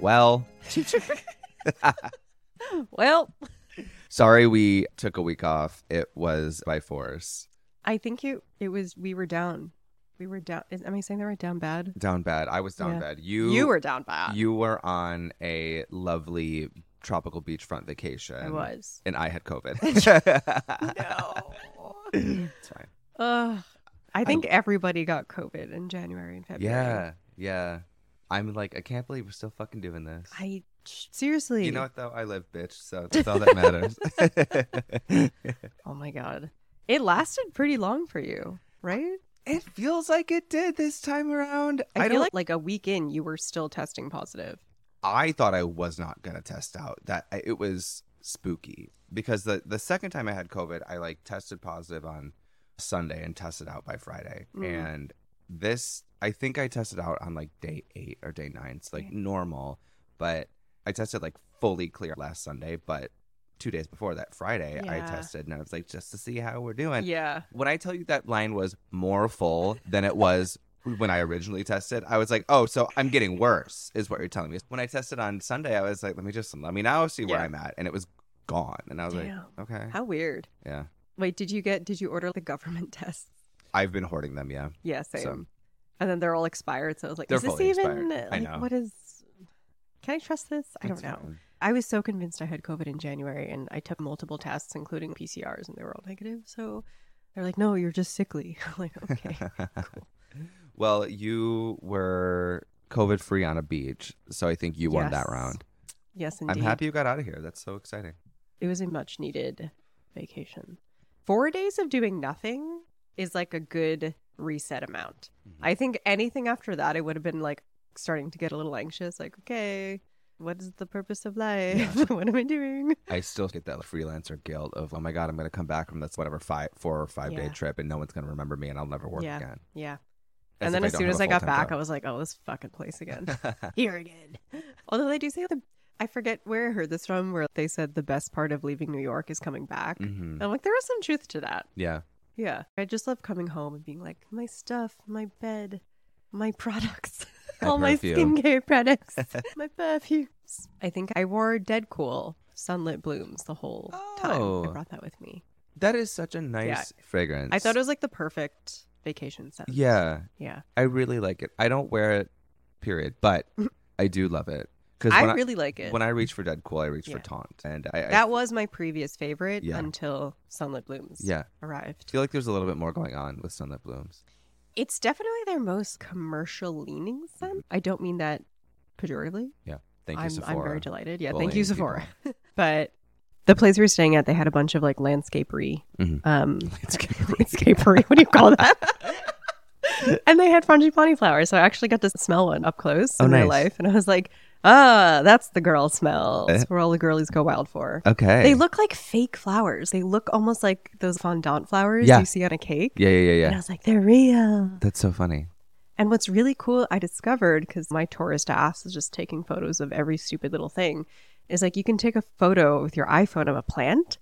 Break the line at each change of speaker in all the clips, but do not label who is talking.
Well,
Well,
sorry we took a week off. It was by force.
I think it it was we were down. We were down. Is, am I saying they were down bad?
Down bad. I was down
Yeah.
bad. You
you were down bad.
you were on a lovely tropical beachfront vacation.
I was.
And I had COVID.
No.
It's fine.
Ugh. I think everybody got COVID in January and February.
Yeah. Yeah. I'm like, I can't believe we're still fucking doing this.
I seriously.
You know what though? I live, bitch. So that's all that matters.
Oh my god. It lasted pretty long for you, right?
it feels like it did this time around.
I,
I,
feel
don't.
like like a week in, you were still testing positive.
I thought I was not gonna test out. That I, it was spooky because the the second time I had COVID, I like tested positive on Sunday and tested out by Friday.
Mhm.
And this, I think I tested out on like day eight or day nine. It's like
Right.
normal, but I tested like fully clear last Sunday, but. Two days before that Friday, I
Yeah.
tested and I was like, just to see how we're doing.
yeah.
When I tell you that line was more full than it was when I originally tested, I was like, oh, so I'm getting worse, is what you're telling me. When I tested on Sunday, I was like, let me just let me now see where
Yeah.
I'm at. And it was gone. And I was
Damn.
like, eh. okay.
How weird.
Yeah.
Wait, did you get did you order the government tests?
I've been hoarding them. Yeah.
Yeah, same.
So-
and then they're all expired. So I was like,
They're
is this
fully
even
expired. I
like
know.
what is can I trust this? I don't
It's
know.
fine.
I was so convinced I had COVID in January and I took multiple tests, including PCRs, and they were all negative. So they're like, No, you're just sickly. I'm like, okay. cool.
Well, you were COVID free on a beach. So I think you won that
Yes.
round.
Yes indeed.
I'm happy you got out of here. That's so exciting.
It was a much needed vacation. Four days of doing nothing is like a good reset amount.
Mm-hmm.
I think anything after that, I would have been like starting to get a little anxious, like, okay, what is the purpose of life? what am I doing?
I still get that freelancer guilt of, oh my God, I'm going to come back from this whatever five, four or five day
Yeah.
trip and no one's going to remember me and I'll never work
Yeah.
again.
Yeah. and then as soon as I got back, I was like, oh, this fucking place again. Here again. Although they do say the, I forget where I heard this from, where they said the best part of leaving New York is coming back.
hmm
And I'm like, there is some truth to that.
Yeah.
Yeah. I just love coming home and being like, my stuff, my bed, my products,
My
all my
perfume.
skincare products, my perfumes. I think I wore Dead Cool Sunlit Blooms the whole time.
Oh.
I brought that with me.
That is such a nice fragrance.
I thought it was like the perfect vacation scent.
Yeah.
Yeah.
I really like it. I don't wear it, period, but I do love it. Because
I
when,
really like it.
when I reach for Dead Cool, I reach for
Yeah.
Taunt. And I, I
that was my previous favorite
Yeah.
until Sunlit Blooms
yeah,
arrived.
feel like there's a little bit more going on with Sunlit Blooms.
It's definitely their most commercial leaning scent. I don't mean that pejoratively.
Mm-hmm. Thank you,
I'm,
Sephora.
I'm very delighted. Yeah, thank you,
bullying
Sephora. but the place we were staying at, they had a bunch of like landscapery,
Mhm.
um,
Landscapery.
landscapery. What do you call that? and they had frangipani flowers, so I actually got to smell one up close
Oh,
in real
nice.
life, and I was like, ah, that's the girl smell.
Eh.
That's where all the girlies go wild for.
Okay.
They look like fake flowers. They look almost like those fondant flowers
Yeah.
you see on a cake.
yeah, yeah, yeah,
And I
yeah.
was like, they're real.
That's so funny.
And what's really cool, I discovered because my tourist ass is just taking photos of every stupid little thing, is like you can take a photo with your iPhone of a plant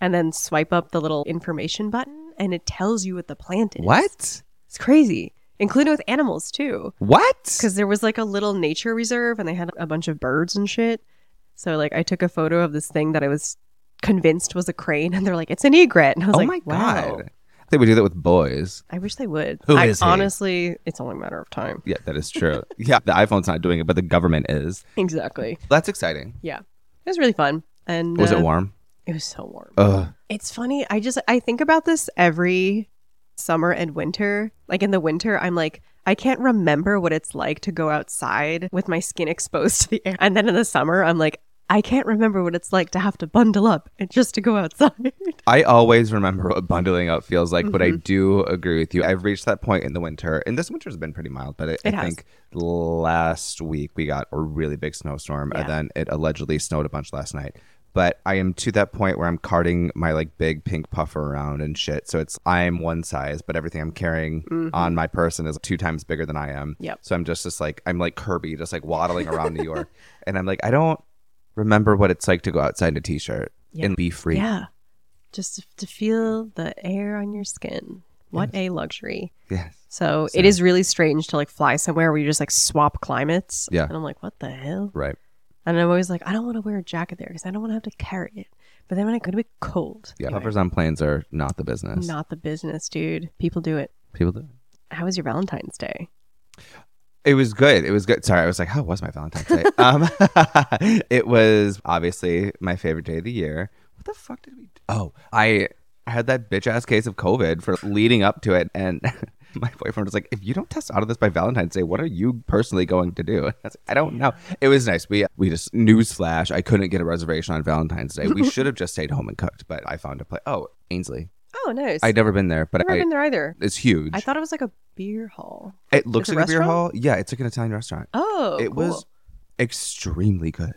and then swipe up the little information button and it tells you what the plant is.
What?
It's crazy, including with animals too.
What?
Because there was like a little nature reserve and they had a bunch of birds and shit. So like I took a photo of this thing that I was convinced was a crane and they're like, it's an egret. And I was
Oh
like,
my
wow.
God. I think we do that with boys.
I wish they would.
Who
I
is he?
honestly, it's only a matter of time.
Yeah, that is true. yeah, the iPhone's not doing it, but the government is.
Exactly.
That's exciting.
Yeah. It was really fun. And
Was
uh,
it warm?
It was so warm.
Ugh.
It's funny. I just I think about this every summer and winter. Like in the winter, I'm like I can't remember what it's like to go outside with my skin exposed to the air. And then in the summer, I'm like I can't remember what it's like to have to bundle up and just to go outside.
I always remember what bundling up feels like, but I
Mm-hmm.
do agree with you. I've reached that point in the winter, and this winter's been pretty mild, but I, I
It has.
think last week we got a really big snowstorm, and
Yeah.
then it allegedly snowed a bunch last night. But I am to that point where I'm carting my like big pink puffer around and shit. So it's I'm one size, but everything I'm carrying on my person is two times bigger than I am.
Mm-hmm. Yep.
So I'm just just like I'm like Kirby, just like waddling around New York, and I'm like I don't remember what it's like to go outside in a t-shirt
Yeah.
and be free.
yeah. Just to feel the air on your skin. What a luxury.
Yes.
So
Same.
it is really strange to like fly somewhere where you just like swap climates.
Yeah.
And I'm like, what the hell?
Right.
And I'm always like, I don't want to wear a jacket there because I don't want to have to carry it. But then when I go to be cold,
Yeah.
Anyway,
Puffers on planes are not the business.
not the business, dude. People do it.
People do.
How was your Valentine's Day?
It was good. It was good. Sorry, I was like, how was my Valentine's Day? um, it was obviously my favorite day of the year. What the fuck did we do? Oh, I had that bitch ass case of COVID for leading up to it. And my boyfriend was like, if you don't test out of this by Valentine's Day, what are you personally going to do? And I, was like, I don't know. It was nice. We, we just, newsflash, I couldn't get a reservation on Valentine's Day. We should have just stayed home and cooked, but I found a place. Oh, Ainsley.
Oh, nice.
I'd never been there, but
never
I,
been there either.
it's huge.
I thought it was like a beer hall.
it looks
it's a
like a beer
restaurant?
hall. Yeah, it's like an Italian restaurant
Oh,
it was extremely good.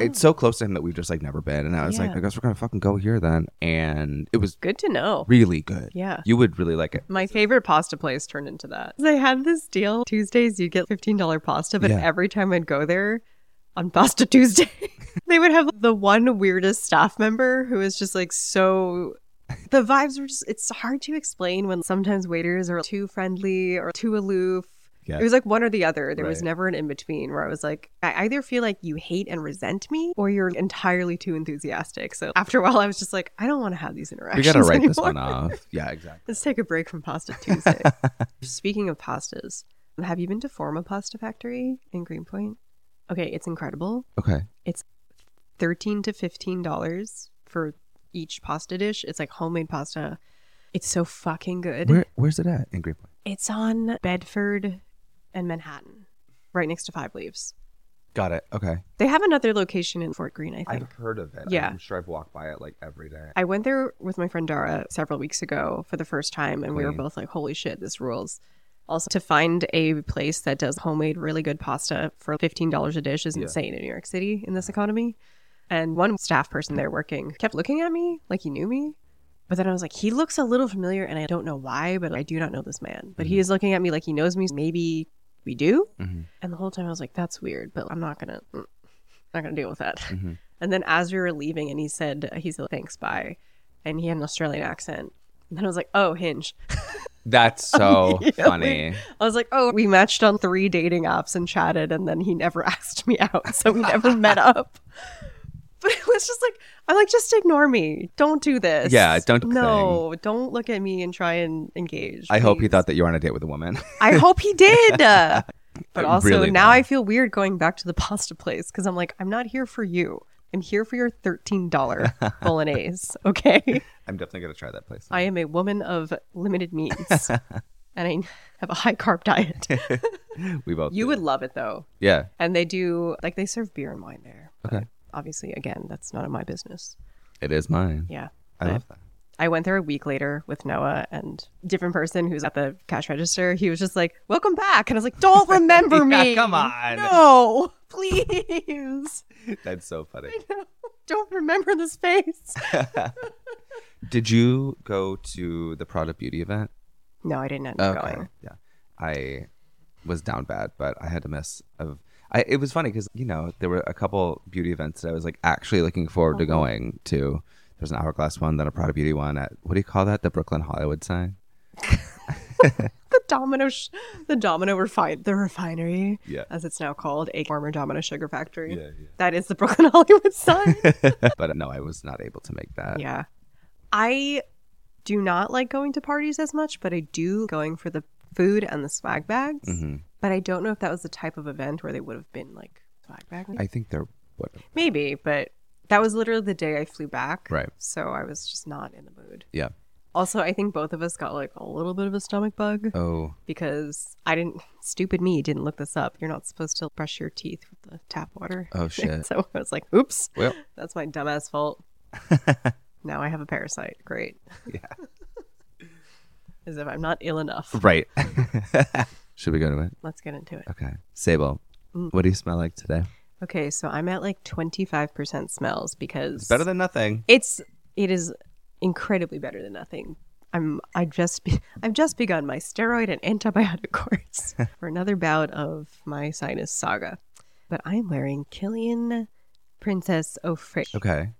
It's so close to him that we've just like never been, and I was like,
Yeah.
I guess we're gonna fucking go here then, and it was
good to know.
really good.
Yeah.
you would really like it.
My favorite pasta place turned into that. They had this deal Tuesdays, you get $15 pasta, but
Yeah.
every time I'd go there on Pasta Tuesday, they would have the one weirdest staff member who was just like so. The vibes were just, it's hard to explain when sometimes waiters are too friendly or too aloof.
Yeah.
It was like one or the other. There was
Right.
never an in between where I was like, I either feel like you hate and resent me or you're entirely too enthusiastic. So after a while, I was just like, I don't want to have these
We
interactions.
gotta write this
anymore.
one off. Yeah, exactly.
Let's take a break from Pasta Tuesday. Speaking of pastas, have you been to Forma Pasta Factory in Greenpoint? Okay, it's incredible.
Okay,
Thirteen to fifteen dollars for each pasta dish. It's like homemade pasta. It's so fucking good.
Where, where's it at in Greenpoint?
It's on Bedford and Manhattan, right next to Five Leaves.
Got it. Okay,
They have another location in Fort Greene, I think.
heard of it.
Yeah.
I'm sure I've walked by it like every day.
I went there with my friend Dara several weeks ago for the first time, and we were
Queen.
both like, holy shit, this rules. Also, to find a place that does homemade, really good pasta for $15 a dish is
Yeah.
insane in New York City in this economy. And one staff person there working kept looking at me like he knew me. But then I was like, he looks a little familiar, and I don't know why, but I do not know this man. But he is looking at me like he knows me. Maybe we do.
Mhm.
And the whole time I was like, that's weird, but I'm not gonna, mm, not gonna deal with that.
Mhm.
And then as we were leaving, and he said, he said, thanks, bye. And he had an Australian accent. And then I was like, oh, Hinge.
That's so
Oh, Yeah, we-
funny.
I was like, oh, we matched on three dating apps and chatted, and then he never asked me out, so we never met up. But it was just like, I'm like, just ignore me. Don't do this.
Yeah, don't do the
No, don't look at me and try and engage.
I hope he
please.
thought that you were on a date with a woman.
I hope he did. but also
Really,
now
though.
I feel weird going back to the pasta place because I'm like, I'm not here for you. I'm here for your thirteen dollar bolognese. Okay,
I'm definitely gonna try that place.
I am a woman of limited means, and I have a high carb diet.
we both.
You
do.
would love it though,
Yeah.
and they do like they serve beer and wine there. but
Okay.
Obviously, again, that's none of my business.
It is mine.
Yeah.
I
but-
love that.
I went there a week later with Noah and different person who's at the cash register. He was just like, "Welcome back," and I was like, "Don't remember
Yeah,
me.
come on.
no, please,
That's so funny.
don't remember this face."
Did you go to the Prada Beauty event?
No, I didn't end up
Okay.
going.
Yeah. I was down bad, but I had to miss of I it was funny cuz you know, there were a couple beauty events that I was like actually looking forward to going to. There's an hourglass one, then a Prada Beauty one at what do you call that? The Brooklyn Hollywood sign?
The Domino, sh- the Domino refine, the refinery,
Yeah.
as it's now called, a former Domino sugar factory.
yeah.
That is the Brooklyn Hollywood sign.
but no, I was not able to make that.
yeah, I do not like going to parties as much, but I do going for the food and the swag bags.
Mhm.
But I don't know if that was the type of event where they would have been like swag bag.
I think there would have.
Maybe, but that was literally the day I flew back.
Right.
So I was just not in the mood.
Yeah.
Also, I think both of us got like a little bit of a stomach bug
Oh,
because I didn't, stupid me, didn't look this up. You're not supposed to brush your teeth with the tap water.
oh shit.
so I was like, oops,
well,
that's my dumbass fault. now I have a parasite. Great.
Yeah.
As if I'm not ill enough.
right. Should we go to it?
Let's get into it.
Okay. Sable, what do you smell like today?
Okay, so I'm at like 25% smells because
It's better than nothing.
It's it is incredibly better than nothing. I'm I just be, I've just begun my steroid and antibiotic course for another bout of my sinus saga. But I'm wearing Killian Princess Au Fresh,
Okay.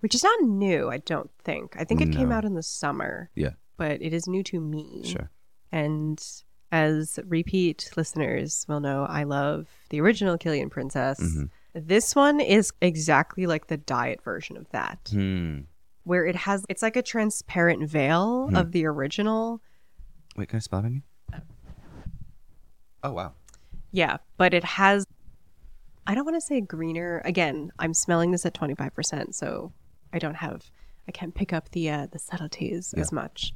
which is not new, I don't think. I think it came
No.
out in the summer.
Yeah.
but it is new to me.
Sure.
And as repeat listeners will know, I love the original Killian Princess.
Mhm.
This one is exactly like the diet version of that,
Hmm.
where it has it's like a transparent veil
Hmm.
of the original.
Wait, can I spell it again? Oh wow.
Yeah, but it has I don't want to say greener. Again, I'm smelling this at 25%, so I don't have I can't pick up the uh, the subtleties as much.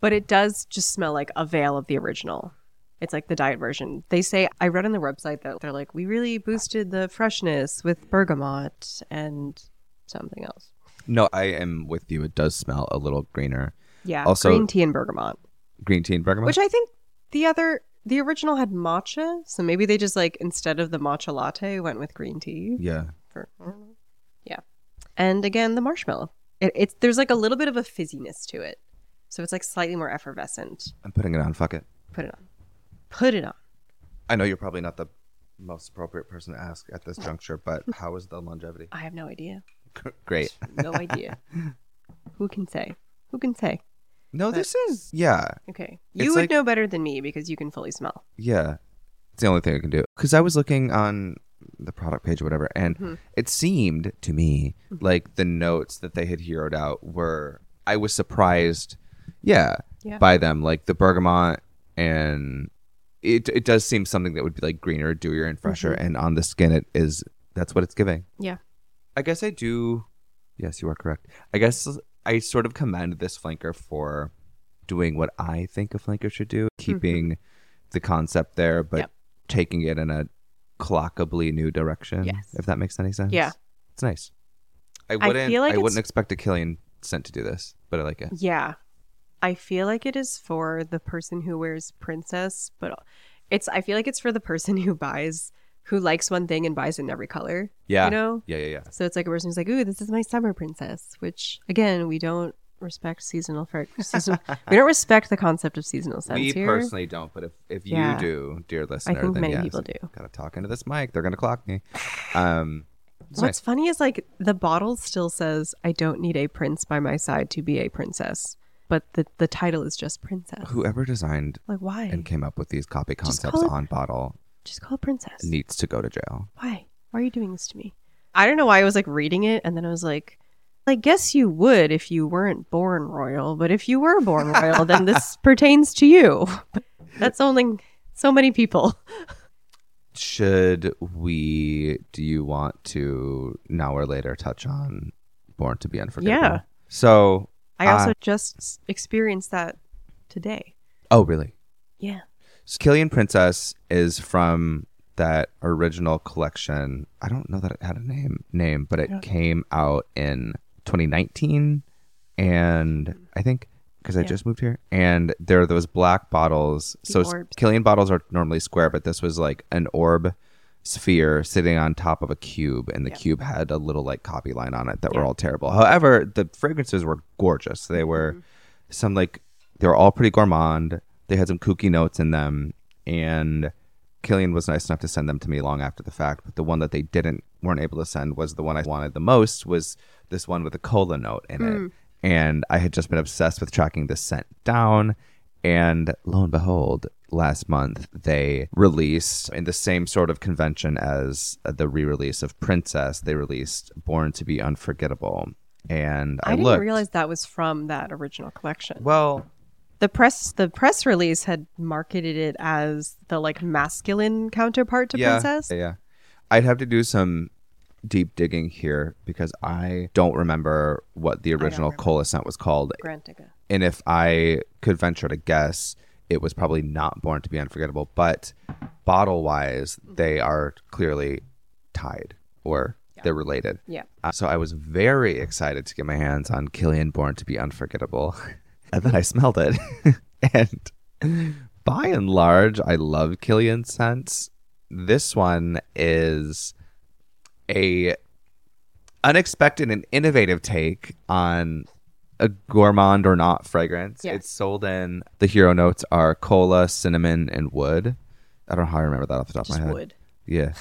But it does just smell like a veil of the original. It's like the diet version. They say I read on the website that they're like we really boosted the freshness with bergamot and something else.
No, I am with you. It does smell a little greener.
Yeah,
Also-
green tea and bergamot,
Green tea and bergamot.
which I think the other the original had matcha, so maybe they just like instead of the matcha latte went with green tea.
yeah.
for I don't know. Yeah. And again, the marshmallow. It, it's there's like a little bit of a fizziness to it, so it's like slightly more effervescent.
I'm putting it on. Fuck it.
Put it on. Put it on.
I know you're probably not the most appropriate person to ask at this juncture, but how is the longevity?
I have no idea.
Great.
No idea. Who can say? Who can say?
No, this is yeah,
Okay, you
It's
would
like-
know better than me because you can fully smell.
yeah. It's the only thing I can do because I was looking on the product page or whatever, and
Mm-hmm.
it seemed to me like the notes that they had heroed out were. I was surprised, yeah,
Yeah.
by them. Like the bergamot and it. It does seem something that would be like greener, dewier, and fresher. And on the skin, it is. That's what it's giving.
Mm-hmm. Yeah.
I guess I do. Yes, you are correct. I guess I sort of commend this flanker for doing what I think a flanker should do, keeping the concept there, but
Mm-hmm. Yep.
taking it in a clockably new direction.
Yes.
If that makes any sense.
Yeah.
It's nice. I
I
wouldn't I,
feel like it's-
wouldn't expect a Killian scent to do this, but I like it.
Yeah. I feel like it is for the person who wears princess, but it's I feel like it's for the person who buys who likes one thing and buys it in every color.
Yeah.
You know?
Yeah, yeah, yeah.
So it's like a person who's like, "Ooh, this is my summer princess," which again, we don't respect seasonal fr- season- we don't respect the concept of seasonal scents
We
here.
personally don't, but if, if you
Yeah.
do, dear listener,
think
then
many
yes,
people do.
Gotta talk into this mic. They're gonna clock me. Um it's
What's funny is like the bottle still says, "I don't need a prince by my side to be a princess," but the the title is just princess.
nice. Whoever designed
Like why?
and came up with these copy
Just
concepts
call it-
on bottle
just call it princess.
needs to go to jail.
why? Why are you doing this to me? I don't know why I was like reading it and then I was like, I guess you would if you weren't born royal, but if you were born royal, then this pertains to you. That's only so many people.
Should we? Do you want to now or later touch on Born to Be Unforgettable?
Yeah.
So,
I also just s- experienced that today.
oh really?
Yeah.
So Killian Princess is from that original collection. I don't know that it had a name name, but it
Yeah.
came out in 2019, and I think because I
Yeah.
just moved here, and there are those black bottles.
The
so s-
orbs.
Killian bottles are normally square, but this was like an orb sphere sitting on top of a cube, and the
Yeah.
cube had a little like copy line on it that were
Yeah.
all terrible. However, the fragrances were gorgeous. They were
Mm-hmm.
some like they were all pretty gourmand. They had some kooky notes in them, and Killian was nice enough to send them to me long after the fact. But the one that they didn't weren't able to send was the one I wanted the most was this one with a cola note in
Hmm.
it, and I had just been obsessed with tracking this scent down. And lo and behold, last month they released in the same sort of convention as the re-release of Princess. They released Born to Be Unforgettable, and I,
I, didn't
looked.
realize that was from that original collection.
well,
The press the press release had marketed it as the like masculine counterpart to princess.
Yeah, yeah. I'd have to do some deep digging here because I don't remember what the original
remember.
cola scent was called.
Grantica.
And if I could venture to guess, it was probably not born to be unforgettable. But bottle wise,
Mm.
they are clearly tied or they're related.
Yeah.
Uh, so I was very excited to get my hands on Killian Born to be Unforgettable. and then I smelled it. and by and large, I love Killian scents. This one is a unexpected and innovative take on a gourmand or not fragrance.
Yeah.
It's sold in the hero notes are cola, cinnamon, and wood. I don't know how I remember that off the top
Just
of my head.
wood.
Yeah.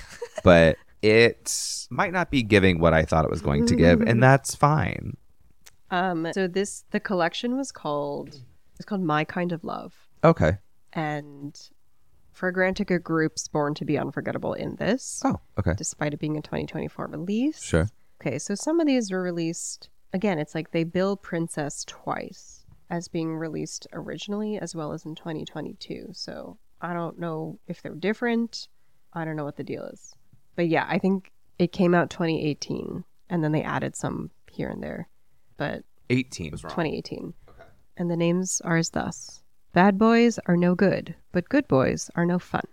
But it might not be giving what I thought it was going
Mm-hmm.
to give, and that's fine.
Um so this the collection was called It's called My Kind of Love.
Okay.
And Fragrantica Group's Born to Be Unforgettable in this,
Oh, okay.
despite it being a 2024 release.
Sure.
Okay, so some of these were released. Again, it's like they bill Princess twice as being released originally as well as in 2022. So I don't know if they're different. I don't know what the deal is. But yeah, I think it came out 2018 and then they added some here and there. But
18 was wrong.
2018. And the names are as thus Bad boys are no good, but good boys are no fun.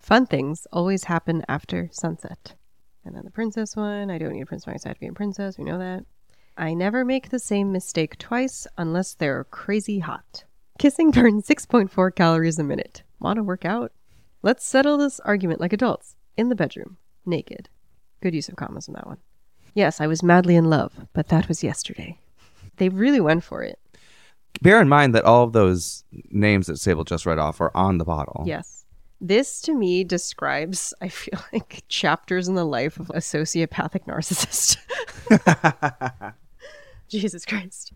Fun things always happen after sunset. And then the princess one I don't need a prince by my side to be a princess, we know that. I never make the same mistake twice unless they're crazy hot. Kissing burns 6.4 calories a minute. Want to work out? Let's settle this argument like adults in the bedroom, naked. Good use of commas in that one. Yes, I was madly in love, but that was yesterday. They really went for it.
Bear in mind that all of those names that Sable just read off are on the bottle.
Yes. This to me describes, I feel like, chapters in the life of a sociopathic narcissist. Jesus Christ.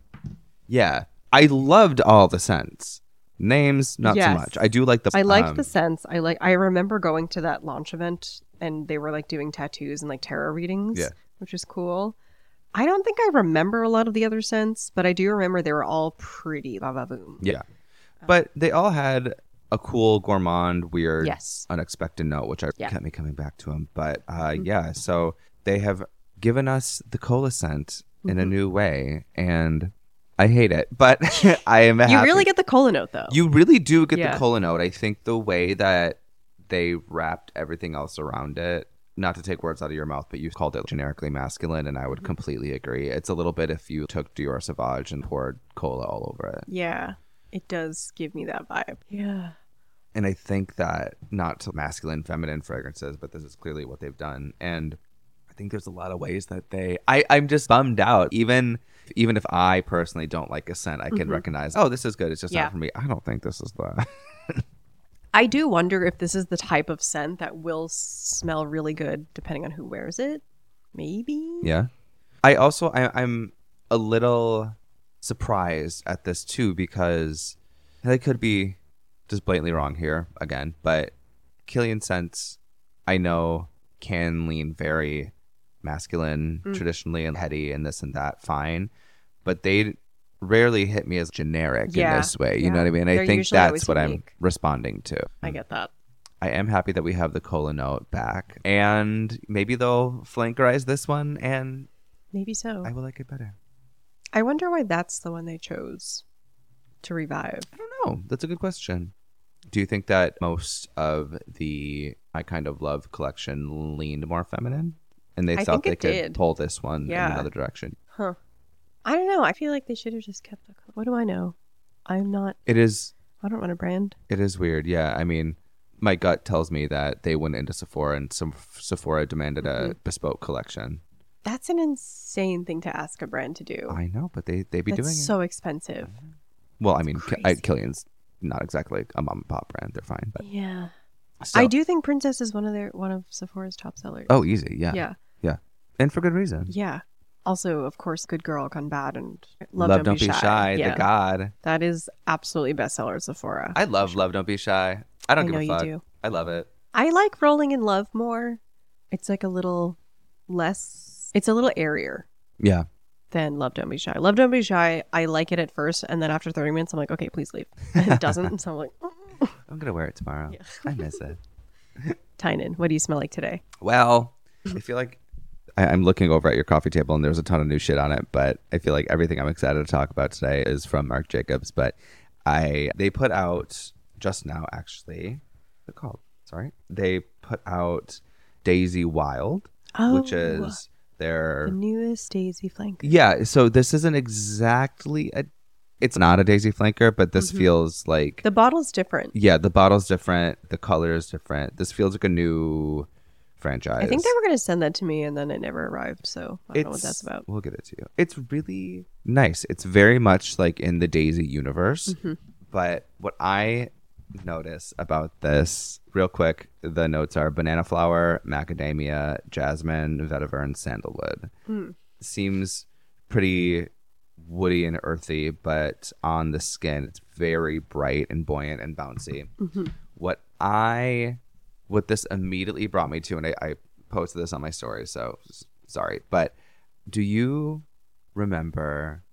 Yeah. I loved all the scents. Names, not
Yes.
so much. I do like the.
I liked
um,
the sense. I like I remember going to that launch event and they were like doing tattoos and like tarot readings,
Yeah.
which is cool. I don't think I remember a lot of the other scents, but I do remember they were all pretty la boom.
Yeah. But they all had a cool, gourmand, weird,
Yes.
unexpected note, which I
Yeah. Mm-hmm.
kept me coming back to them. But uh, yeah, so they have given us the cola scent in a
Mm-hmm.
new way, and I hate it, but I am
You
happy.
really get the cola note though.
you really do get
Yeah.
the cola note. I think the way that they wrapped everything else around it. Not to take words out of your mouth, but you called it generically masculine, and I would
Mm-hmm.
completely agree. It's a little bit if you took Dior Sauvage and poured cola all over it.
yeah. It does give me that vibe. Yeah.
And I think that not to masculine, feminine fragrances, but this is clearly what they've done. And I think there's a lot of ways that they. I, I'm just bummed out. Even even if I personally don't like a scent, I can recognize, oh, this is good. It's just
Yeah.
not for me. I don't think this is the.
I do wonder if this is the type of scent that will smell really good depending on who wears it. Maybe.
yeah. I also I, I'm a little surprised at this too because they could be just blatantly wrong here again, but Killian scents I know can lean very masculine
Mm.
traditionally and heady and this and that fine, but they rarely hit me as generic
Yeah,
in this way. You
yeah.
know what I mean? I
They're
think
usually always
that's what I'm
unique.
responding to.
I get that.
I am happy that we have the cola note back, and maybe they'll flankerize this one, and
Maybe so.
I will like it better.
I wonder why that's the one they chose to revive.
I don't know. That's a good question. Do you think that most of the I Kind of Love collection leaned more feminine? And they
I
thought they
think it
could
did.
pull this one
Yeah.
in another direction.
Huh. I don't know. I feel like they should have just kept the color. What do I know? I'm not,
It is
I don't run a brand.
it is weird. Yeah. I mean, my gut tells me that they went into Sephora and some Sephora demanded
Mm-hmm.
a bespoke collection.
That's an insane thing to ask a brand to do.
I know, but they they be
Oh. That's
doing
so expensive.
it. Well, I mean, Ki- I,
crazy.
Killian's not exactly a mom and pop brand. They're fine, but
Yeah.
still.
I do think Princess is one of their one of Sephora's top sellers.
Oh, easy. Yeah.
yeah.
Yeah. And for good reason.
Yeah. Also, of course, Good Girl Gone Bad and
Love,
Love,
don't, be shy.
Yeah.
The God.
That is absolutely bestseller at Sephora. I,
I love Love Don't Be Shy. I don't
I
give
know
a
you
fuck.
do.
I love it.
like Rolling in Love more. It's like a little less, it's a little airier
Yeah.
than Love Don't Be Shy. Love Don't Be Shy, I like it at first. And then after 30 minutes, I'm like, okay, please leave. And it doesn't. so I'm like, mm.
I'm gonna wear it tomorrow. I miss it.
Tynan, what do you smell like today?
Well, I feel like I, I'm looking over at your coffee table and there's a ton of new shit on it, but I feel like everything I'm excited to talk about today is from Marc Jacobs. But I they put out just now actually the called sorry they put out Daisy Wild, which
Oh,
is their
The newest Daisy Flank.
yeah. So this isn't exactly a it's not a Daisy flanker, but this
Mm-hmm.
feels like
The bottle's different.
Yeah, the bottle's different. The color is different. This feels like a new franchise.
I think they were going to send that to me and then it never arrived. So I don't know what
It's-
that's about.
We'll get it to you. It's really nice. It's very much like in the Daisy universe.
Mm-hmm.
But what I notice about this, real quick, the notes are banana flower, macadamia, jasmine, vetiver, and sandalwood.
Hmm.
Seems pretty woody and earthy, but on the skin, it's very bright and buoyant and bouncy.
Mhm.
What I, what this immediately brought me to, and I, I posted this on my story, so s- sorry, but do you remember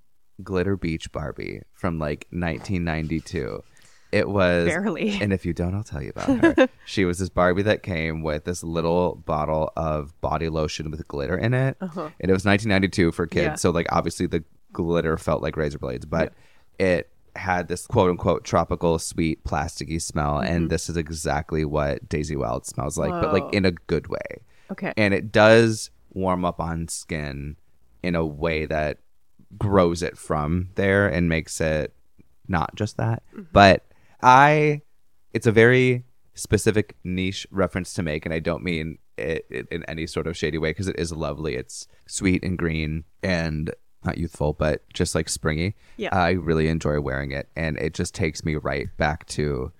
Glitter Beach Barbie from like 1992? It was
Barely.
and if you don't, I'll tell you about her. she was this Barbie that came with this little bottle of body lotion with glitter in it.
Uh-huh.
And it was 1992 for kids.
Yeah.
So, like, obviously the glitter felt like razor blades, but it had this quote unquote tropical, sweet, plasticky smell. And this is exactly what Daisy Wild smells like, but
Mm-hmm. Whoa.
like in a good way.
Okay.
And it does warm up on skin in a way that grows it from there and makes it not just that.
Mm-hmm.
But I, it's a very specific niche reference to make, and I don't mean it, it in any sort of shady way because it is lovely. It's sweet and green and not youthful, but just like springy.
Yeah.
I really enjoy wearing it, and it just takes me right back to.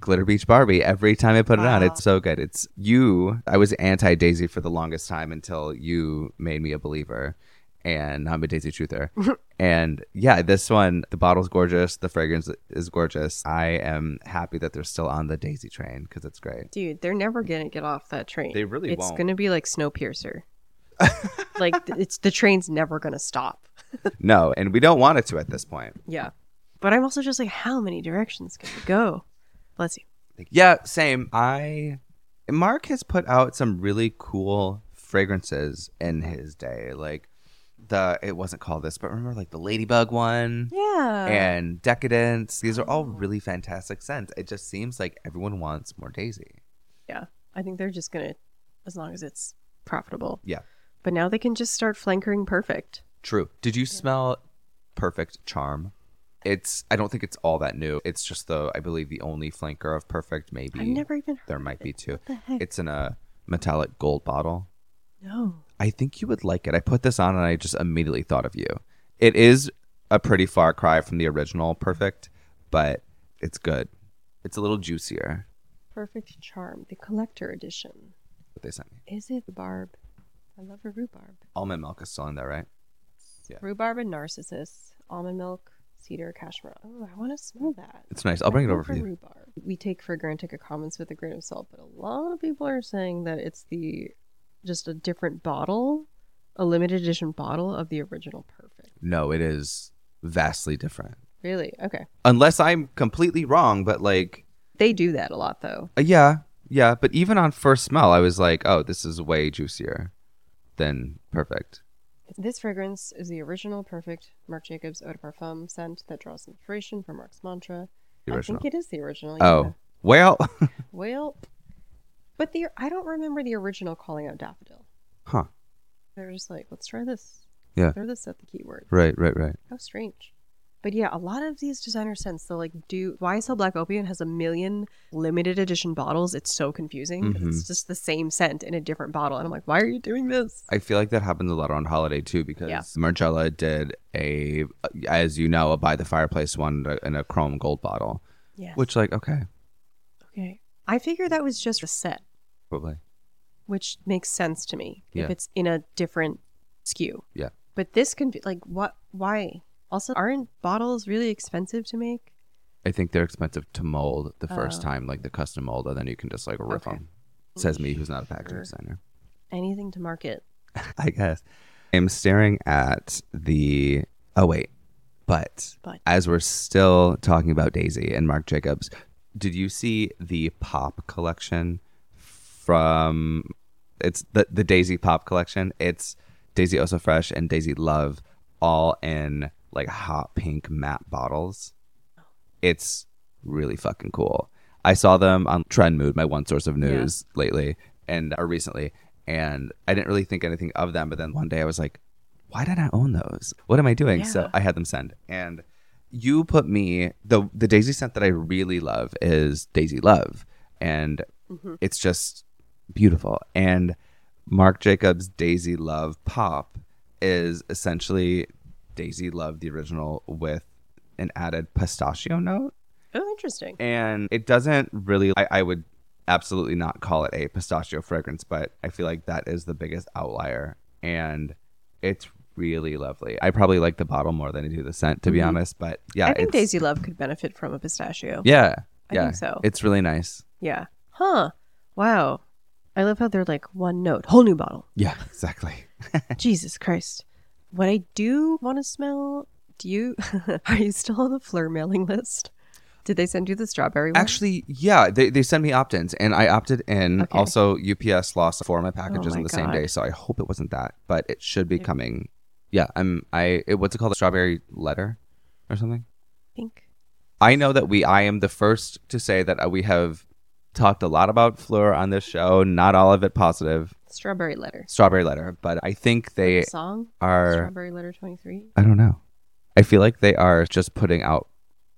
Glitter Beach Barbie. Every time I put it on,
Wow.
it's so good. It's you. I was anti Daisy for the longest time until you made me a believer, and now I'm a Daisy truther. And yeah, this one, the bottle's gorgeous. The fragrance is gorgeous. I am happy that they're still on the Daisy train because it's great.
Dude, they're never gonna get off that train.
They really
it's
won't.
gonna be like Snowpiercer. like th- it's the train's never gonna stop.
No, and we don't want it to at this point.
Yeah. But I'm also just like, how many directions can we go? Bless you.
Like, yeah, same. I Mark has put out some really cool fragrances in his day. Like the it wasn't called this, but remember like the ladybug one
Yeah.
and decadence. These are all really fantastic scents. It just seems like everyone wants more Daisy.
yeah. I think they're just gonna as long as it's profitable.
Yeah.
But now they can just start flankering perfect.
True. Did you smell Perfect Charm? It's I don't think it's all that new. It's just the I believe the only flanker of Perfect maybe.
I've never even heard
there might be two.
the heck?
It's in a metallic gold bottle.
No.
I think you would like it. I put this on and I just immediately thought of you. It is a pretty far cry from the original Perfect, but it's good. It's a little juicier.
Perfect charm, the collector edition.
What they sent me.
Is it barb? I love a rhubarb.
Almond milk is still in there, right? Yeah.
Rhubarb and narcissus, almond milk, cedar, cashmere. Oh, I want to smell that.
It's nice. I'll bring it
I
over
love
for
a
you.
Rhubarb. We take for granted comments with a grain of salt, but a lot of people are saying that it's the just a different bottle, a limited edition bottle of the original Perfect.
No, it is vastly different.
Really? Okay.
Unless I'm completely wrong, but like
They do that a lot though.
Uh, yeah, yeah. But even on first smell, I was like, oh, this is way juicier than perfect.
This fragrance is the original Perfect Marc Jacobs Eau de Parfum scent that draws inspiration from Marc's mantra.
The original.
I think it is the original.
Oh, well,
yeah. Well, but the I don't remember the original calling out daffodil.
huh?
They're just like, let's try this.
Yeah.
Throw this at the keyword.
Right, right, right.
How strange. But yeah, a lot of these designer scents, they'll like do YSL Black Opium has a million limited edition bottles. It's so confusing. 'cause
Mm-hmm.
It's just the same scent in a different bottle. And I'm like, why are you doing this?
I feel like that happens a lot on holiday too because
Yeah.
Margiela did a, uh, as you know, a by the fireplace one in a, in a chrome gold bottle,
Yes.
which like okay,
okay. I figure that was just a set,
probably
which makes sense to me
Yeah.
if it's in a different skew.
yeah.
But this can be like, what? Why? Also, aren't bottles really expensive to make?
I think they're expensive to mold the first
Oh.
time, like the custom mold, and then you can just like rip
Okay.
them. Says me, who's not a packaging
Sure.
designer.
Anything to market?
I guess. I'm staring at the. Oh, wait. But,
But.
as we're still talking about Daisy and Marc Jacobs, did you see the pop collection from. It's the, the Daisy pop collection. It's Daisy Oh So Fresh and Daisy Love all in like hot pink matte bottles. It's really fucking cool. I saw them on Trend Mood, my one source of news lately and or recently, and I didn't really think anything of them. But then one day I was like, why did I own those? What am I doing? So
Yeah.
I had them send. And you put me the the Daisy scent that I really love is Daisy Love, and
Mm-hmm.
it's just beautiful. And Marc Jacobs Daisy Love Pop is essentially Daisy Love the original with an added pistachio note
Oh, interesting.
and it doesn't really I, I would absolutely not call it a pistachio fragrance but i feel like that is the biggest outlier and it's really lovely. I probably like the bottle more than I do the scent, to be honest. But yeah,
Mm-hmm. I think
it's-
Daisy Love could benefit from a pistachio.
Yeah,
I
yeah,
think so.
It's really nice.
Yeah. Huh. Wow. I love how they're like one note, whole new bottle.
Yeah, exactly.
Jesus Christ. What I do want to smell. Do you are you still on the Fleur mailing list? Did they send you the strawberry one?
Actually, yeah, they, they sent me opt ins and I opted in.
Okay. Oh
Also, UPS lost four of my packages
my
on the same
God.
day, so I hope it wasn't that, but it should be coming. Yeah, I'm. I it, what's it called? The strawberry letter or something.
I think.
I know that we. I am the first to say that uh, we have talked a lot about Fleur on this show. Not all of it positive.
Strawberry letter.
Strawberry letter, but I think they
Song?
are.
Strawberry letter 23?
I don't know. I feel like they are just putting out.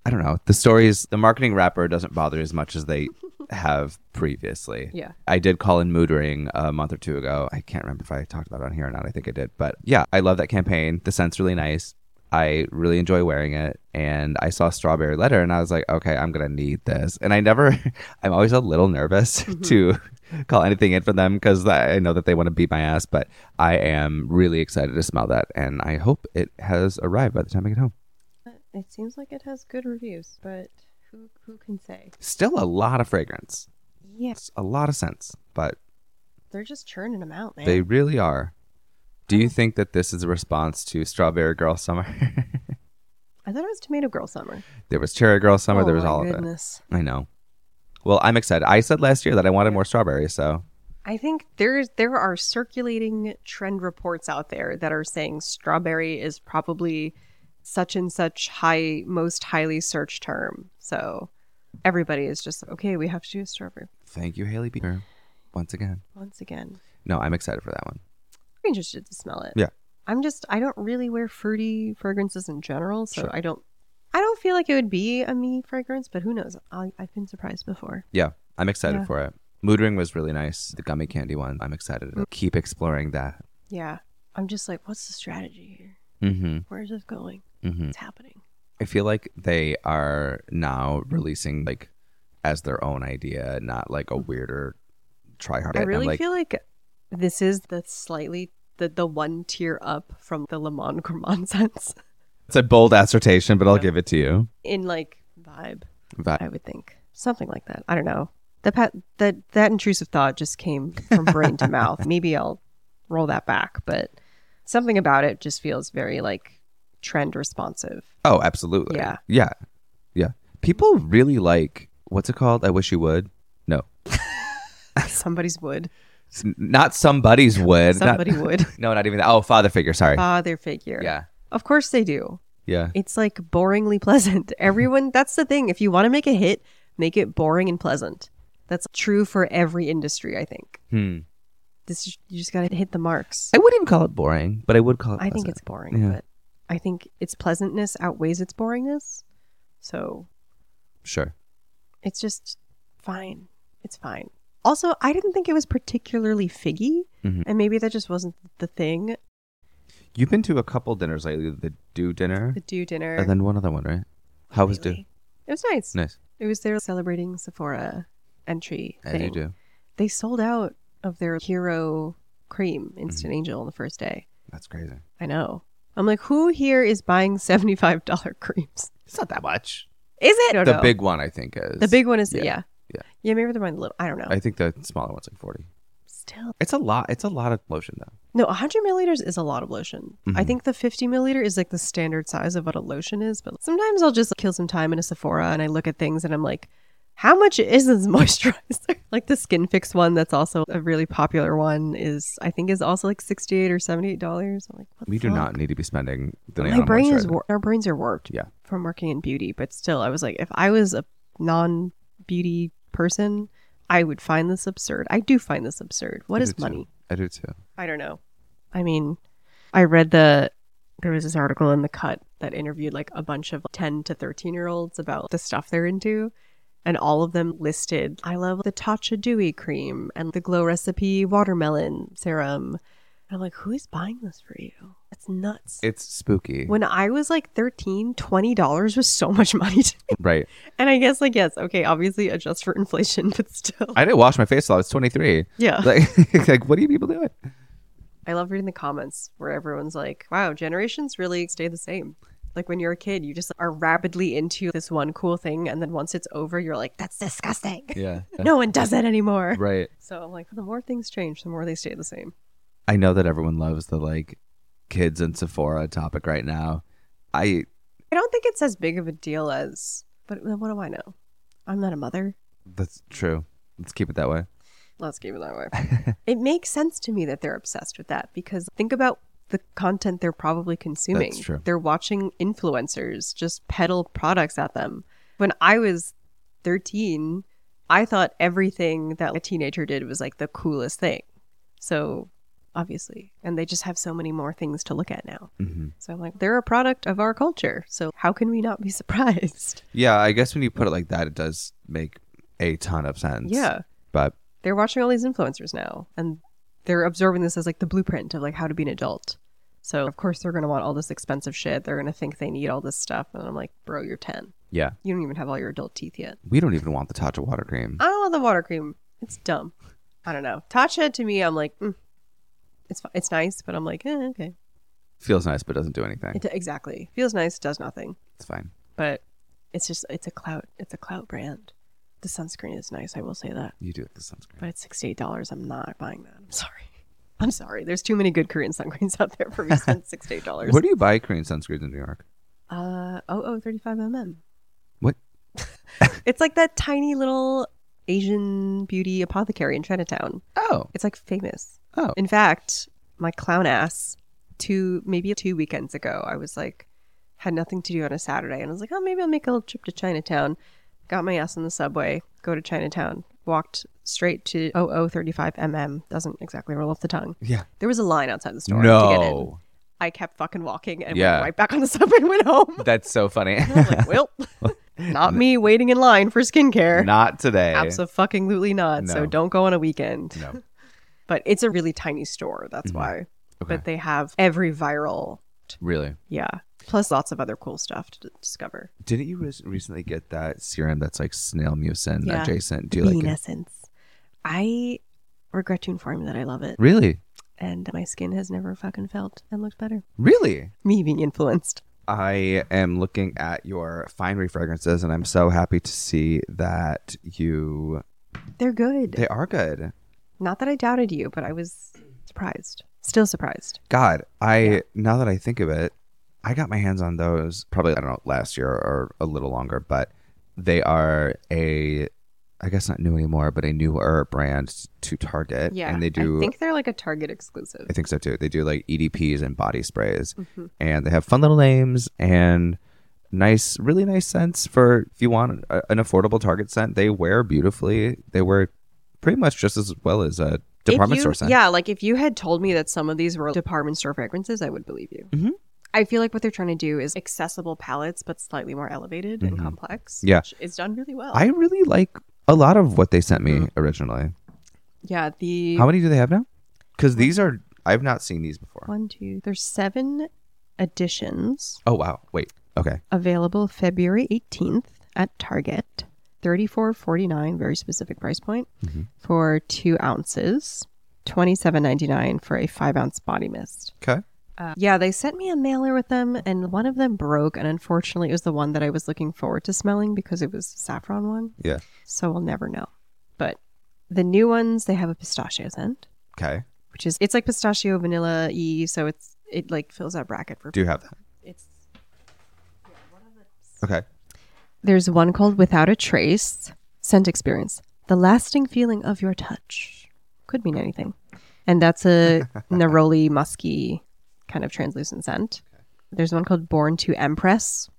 I don't know. The stories, the marketing wrapper doesn't bother as much as they have previously.
Yeah.
I did call in mood ring a month or two ago. I can't remember if I talked about it on here or not. I think I did. But yeah, I love that campaign. The scent's really nice. I really enjoy wearing it. And I saw Strawberry Letter and I was like, okay, I'm going to need this. And I never, I'm always a little nervous to call anything in for them because I I know that they want to beat my ass. But I am really excited to smell that. And I hope it has arrived by the time I get home.
It seems like it has good reviews, but who who can say?
Still a lot of fragrance,
Yeah,
it's a lot of scents, but
they're just churning them out, man.
They really are. Do you think that this is a response to Strawberry Girl Summer?
I thought it was Tomato Girl Summer.
there was Cherry Girl Summer.
oh
there was
my
all of it.
goodness.
I know. Well, I'm excited. I said last year that I wanted more strawberries, so
I think there's there are circulating trend reports out there that are saying strawberry is probably such and such high most highly searched term. So everybody is just okay, we have to do a strawberry
thank you, Haley Bieber, once again.
once again.
No, I'm excited for that one.
I'm interested to smell it.
Yeah.
I'm just I don't really wear fruity fragrances in general, so
Sure.
I don't I don't feel like it would be a me fragrance, but who knows? I, I've been surprised before.
Yeah, I'm excited
Yeah.
for it. Mood Ring was really nice. The gummy candy one. I'm excited
Mm.
to keep exploring that.
Yeah. I'm just like, what's the strategy here?
Mm-hmm.
Where is this going?
Mm-hmm.
It's happening.
I feel like they are now releasing like as their own idea, not like a weirder try hard.
I really
like,
feel like this is the slightly the the one tier up from the Le Mans Gourmand sense
It's a bold assertion, but I'll
Yeah.
give it to you.
in like vibe.
But
I would think something like that. I don't know. The pat that that intrusive thought just came from brain to mouth. Maybe I'll roll that back, but something about it just feels very like trend responsive.
oh, absolutely.
Yeah.
Yeah. Yeah. People really like what's it called? I wish you would. No.
Somebody's wood.
It's n- not somebody's would. Not-
Somebody would. Ah,
no, not even that. Oh, father figure, sorry.
Father figure.
yeah.
Of course they do.
Yeah.
It's like boringly pleasant. Everyone, that's the thing. If you want to make a hit, make it boring and pleasant. That's true for every industry, I think.
Hmm.
This is- you just got to hit the marks.
I wouldn't even call it boring, but I would call it
I think
pleasant.
it's boring,
Yeah.
but I think its pleasantness outweighs its boringness. So
sure.
it's just fine. It's fine. Also, I didn't think it was particularly figgy,
Mhm.
and maybe that just wasn't the thing.
You've been to a couple dinners lately, the do dinner
The do dinner.
and then one other one, right? How was do?
lately. It was nice.
Nice.
It was there celebrating Sephora entry.
As you
thing.
do.
they sold out of their hero cream instant
Mm-hmm.
angel on the first day
That's crazy.
i know i'm like who here is buying $75 creams
It's not that much.
is it I don't
The
know.
big one I think is.
the big one is
yeah,
yeah yeah,
yeah.
maybe they're buying the little i don't know
I think the smaller one's like 40.
still
It's a lot. It's a lot of lotion though.
no 100 milliliters is a lot of lotion i
Mhm.
think the 50 milliliter is like the standard size of what a lotion is but sometimes i'll just kill some time in a sephora and i look at things and i'm like how much is this moisturizer like the skin fix one that's also a really popular one is i think is also like 68 or 78 dollars i'm like what
We
the
do
fuck?
not need to be spending the money
my
on a
brain is
moisturizer.
wor- our brains are warped
Yeah.
from working in beauty but still i was like if i was a non beauty person i would find this absurd i do find this absurd What
I
is
do too.
money
I do too.
i don't know i mean i read the there was this article in the cut that interviewed like a bunch of 10 to 13 year olds about the stuff they're into and all of them listed i love the tatcha dewy cream and the glow recipe watermelon serum i'm like who is buying this for you that's nuts
It's spooky,
when I was like 13, $20 was so much money to me.
right?
And I guess, like, yes, okay, obviously adjust for inflation, but still.
I didn't wash my face till I was twenty three.
yeah.
Like, like, what are you people doing?
I love reading the comments where everyone's like, wow, generations really stay the same. Like when you're a kid, you just are rapidly into this one cool thing. And then once it's over, you're like, that's disgusting.
Yeah.
No one does that anymore.
Right.
So I'm like, the more things change, the more they stay the same.
I know that everyone loves the like kids and Sephora topic right now. I
I don't think it's as big of a deal as, but then what do I know? I'm not a mother.
that's true. Let's keep it that way.
Let's keep it that way. it makes sense to me that they're obsessed with that because think about the content they're probably consuming.
That's true.
They're watching influencers just peddle products at them. When I was 13, I thought everything that a teenager did was like the coolest thing. So obviously, and they just have so many more things to look at now.
hmm
So I'm like, they're a product of our culture. So how can we not be surprised?
Yeah, I guess when you put it like that, it does make a ton of sense.
Yeah.
But
They're watching all these influencers now and they're absorbing this as like the blueprint of like how to be an adult. So of course they're going to want all this expensive shit. They're going to think they need all this stuff. And I'm like, bro, you're 10.
yeah,
You don't even have all your adult teeth yet.
we don't even want the Tatcha water cream.
I don't want the water cream. It's dumb. I don't know. Tatcha to me, I'm like, mm, it's fi- it's nice, but I'm like, eh, okay.
Feels nice, but doesn't do anything.
It, exactly. Feels nice, does nothing.
It's fine.
But it's just, it's a clout. It's a clout brand. The sunscreen is nice. I will say that.
You do like the sunscreen.
but at sixty-eight dollars, I'm not buying that. I'm sorry. I'm sorry. There's too many good Korean sunscreens out there for me to spend sixty-eight dollars.
Where do you buy Korean sunscreens in New York?
Uh oh oh thirty-five mm.
What?
It's like that tiny little Asian beauty apothecary in Chinatown.
Oh,
It's like famous.
oh,
In fact, my clown ass two maybe two weekends ago, I was like had nothing to do on a Saturday and I was like, oh maybe I'll make a little trip to Chinatown. Got my ass on the subway, go to Chinatown, walked straight to 0035 mm. Doesn't exactly roll off the tongue.
yeah.
There was a line outside the store to get in.
No,
I kept fucking walking and
Yeah.
went right back on the subway and went home.
that's so funny.
I was like, well, not me waiting in line for skincare.
Not today.
Absolutely not. So
No.
don't go on a weekend.
No.
But it's a really tiny store. That's
Mhm.
why.
Okay.
But they have every viral.
Really?
Yeah. Plus lots of other cool stuff to d- discover.
Didn't you re- recently get that serum that's like snail mucin
Yeah.
adjacent?
The
Do you like
bean
it?
essence. I regret to inform you that I love it.
Really?
And my skin has never fucking felt and looked better.
Really?
Me being influenced.
I am looking at your finery fragrances and I'm so happy to see that you
They're good.
they are good.
Not that I doubted you, but I was surprised. Still surprised.
God, I now that I think of it, I got my hands on those probably I don't know last year or a little longer, but they are a I guess not new anymore, but a newer brand to Target. and they do
I think they're like a Target exclusive.
I think so too. They do like EDPs and body sprays,
Mm-hmm.
and they have fun little names and nice, really nice scents for if you want a, an affordable Target scent. They wear beautifully. They wear pretty much just as well as a department
you,
store scent.
Yeah, like if you had told me that some of these were department store fragrances, I would believe you.
Mhm.
I feel like what they're trying to do is accessible palettes, but slightly more elevated and complex.
Mm-hmm. Yeah.
which is done really well.
I really like a lot of what they sent
Mm.
me originally.
yeah, the
How many do they have now? Because these are I've not seen these before.
one, two, there's seven editions
Oh wow! Wait. Okay.
available February 18th at Target. 34.49, very specific price point
Mm-hmm.
for two ounces. 27.99 for a five ounce body mist.
Okay.
Uh, yeah, they sent me a mailer with them, and one of them broke, and unfortunately, it was the one that I was looking forward to smelling because it was saffron one.
Yeah.
So we'll never know. But the new ones, they have a pistachio scent,
Okay.
which is it's like pistachio vanilla y, so it's it like fills that bracket for
Do you have that?
it's.
Okay.
There's one called Without a Trace Scent Experience, the lasting feeling of your touch could mean anything, and that's a neroli musky kind of translucent scent. There's one called Born to Empress.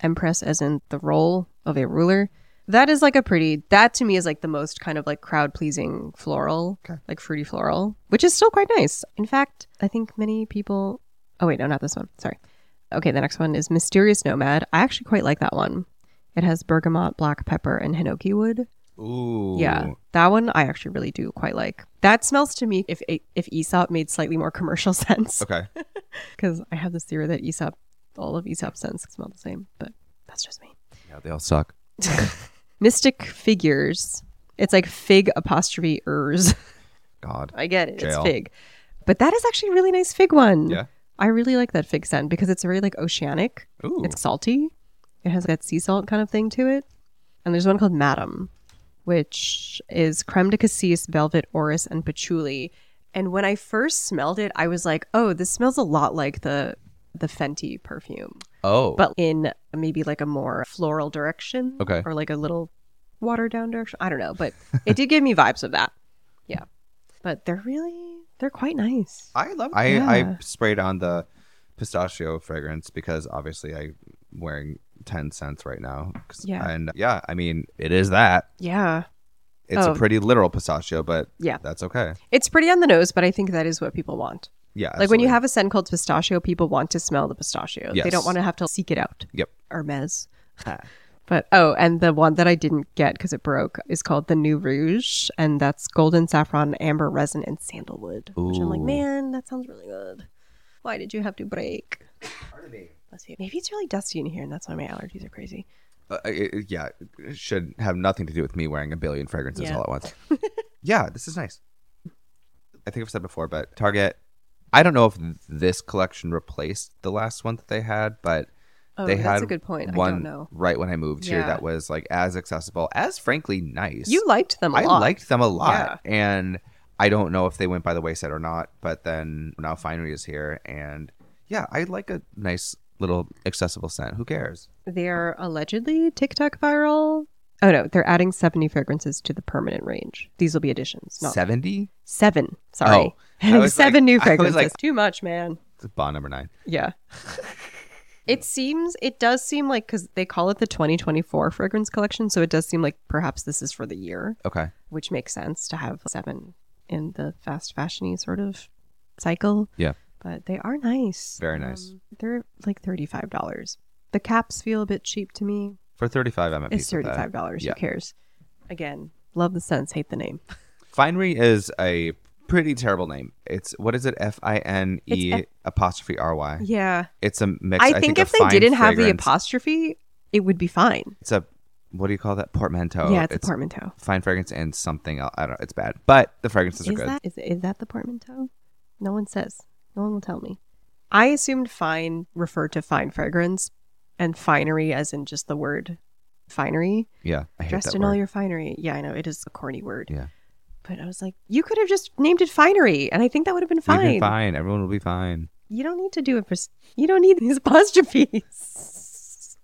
Empress as in the role of a ruler. That is like a pretty that to me is like the most kind of like crowd pleasing floral,
Okay.
like fruity floral, which is still quite nice. In fact, I think many people Oh wait, no, not this one. Sorry. Okay, the next one is Mysterious Nomad. I actually quite like that one. It has bergamot, black pepper, and hinoki wood.
Ooh.
Yeah, that one I actually really do quite like. That smells to me if if Aesop made slightly more commercial sense
Okay.
because I have this theory that Aesop, all of Aesop's scents smell the same, but that's just me.
Yeah, they all suck.
Mystic figures. It's like fig apostrophe ers.
God.
I get it.
Jail.
It's fig. But that is actually a really nice fig one.
Yeah.
I really like that fig scent because it's very like oceanic.
Ooh.
It's salty. It has that sea salt kind of thing to it. And there's one called Madam, which is creme de cassis, velvet, orris, and patchouli. And when I first smelled it, I was like, oh, this smells a lot like the the Fenty perfume,
oh.
but in maybe like a more floral direction.
Okay.
Or like a little watered down direction. I don't know. But it did give me vibes of that. Yeah. But they're really, they're quite nice.
I love. I
Yeah.
I sprayed on the pistachio fragrance because obviously I'm wearing ten cents right now. 'Cause-
Yeah.
and yeah, I mean it is that.
Yeah.
It's
Oh.
a pretty literal pistachio, but
Yeah.
that's okay.
It's pretty on the nose, but I think that is what people want.
Yeah,
Like when you
absolutely.
have a scent called pistachio, people want to smell the pistachio. They
Yes.
don't want to have to seek it out.
Yep.
Hermes. but oh, and the one that I didn't get because it broke is called the New Rouge, and that's golden saffron, amber resin, and sandalwood. Which I'm like,
Ooh.
man, that sounds really good. Why did you have to break? Let's see. Maybe it's really dusty in here, and that's why my allergies are crazy.
Uh, it- it- yeah, it should have nothing to do with me wearing a billion fragrances
Yeah.
all at once. yeah, this is nice. I think I've said before, but Target. I don't know if this collection replaced the last one that they had, but
Oh,
they
that's
had
a good point.
one
I don't know.
right when I moved here
Yeah.
that was like as accessible as frankly nice.
You liked them a
I
lot.
liked them a lot, and I don't know if they went by the wayside or not. But then now Finery is here, and yeah, I like a nice little accessible scent. Who cares?
They're allegedly TikTok viral. Oh no, they're adding 70 fragrances to the permanent range. These will be additions. Not
Seventy.
seven. Sorry.
Oh. I was
seven
like-
new
I was
fragrances.
like-
Too much, man.
It's bond number nine.
Yeah. it seems, it does seem like, because they call it the 2024 fragrance collection. So it does seem like perhaps this is for the year,
Okay.
which makes sense to have seven in the fast fashiony sort of cycle.
Yeah.
But they are nice. Um,
Very nice.
they're like $35. The caps feel a bit cheap to me.
For thirty-five, I'm at
It's
peace with that.
thirty-five dollars.
Yeah.
Who cares? Again, love the sense, hate the name.
Finery is a pretty terrible name. It's what is it? F I N E
It's
apostrophe R Y.
Yeah,
It's a mix.
I, think,
of
if they
fine
didn't have the
fragrance-
apostrophe, it would be fine.
it's a what do you call that portmanteau?
yeah, it's, a portmanteau.
fine fragrance and something else. I don't. It's bad, but the fragrances are
Is
good.
that is, is that the portmanteau? No one says. No one will tell me. I assumed fine referred to fine fragrance, and finery as in just the word finery.
yeah, I hate
Dressed
that
in
word.
all your finery. Yeah, I know it is a corny word.
Yeah.
But I was like, you could have just named it finery, and I think that would have been
We've
fine.
been fine. Everyone will be fine.
You don't need to do it for. You don't need these apostrophes.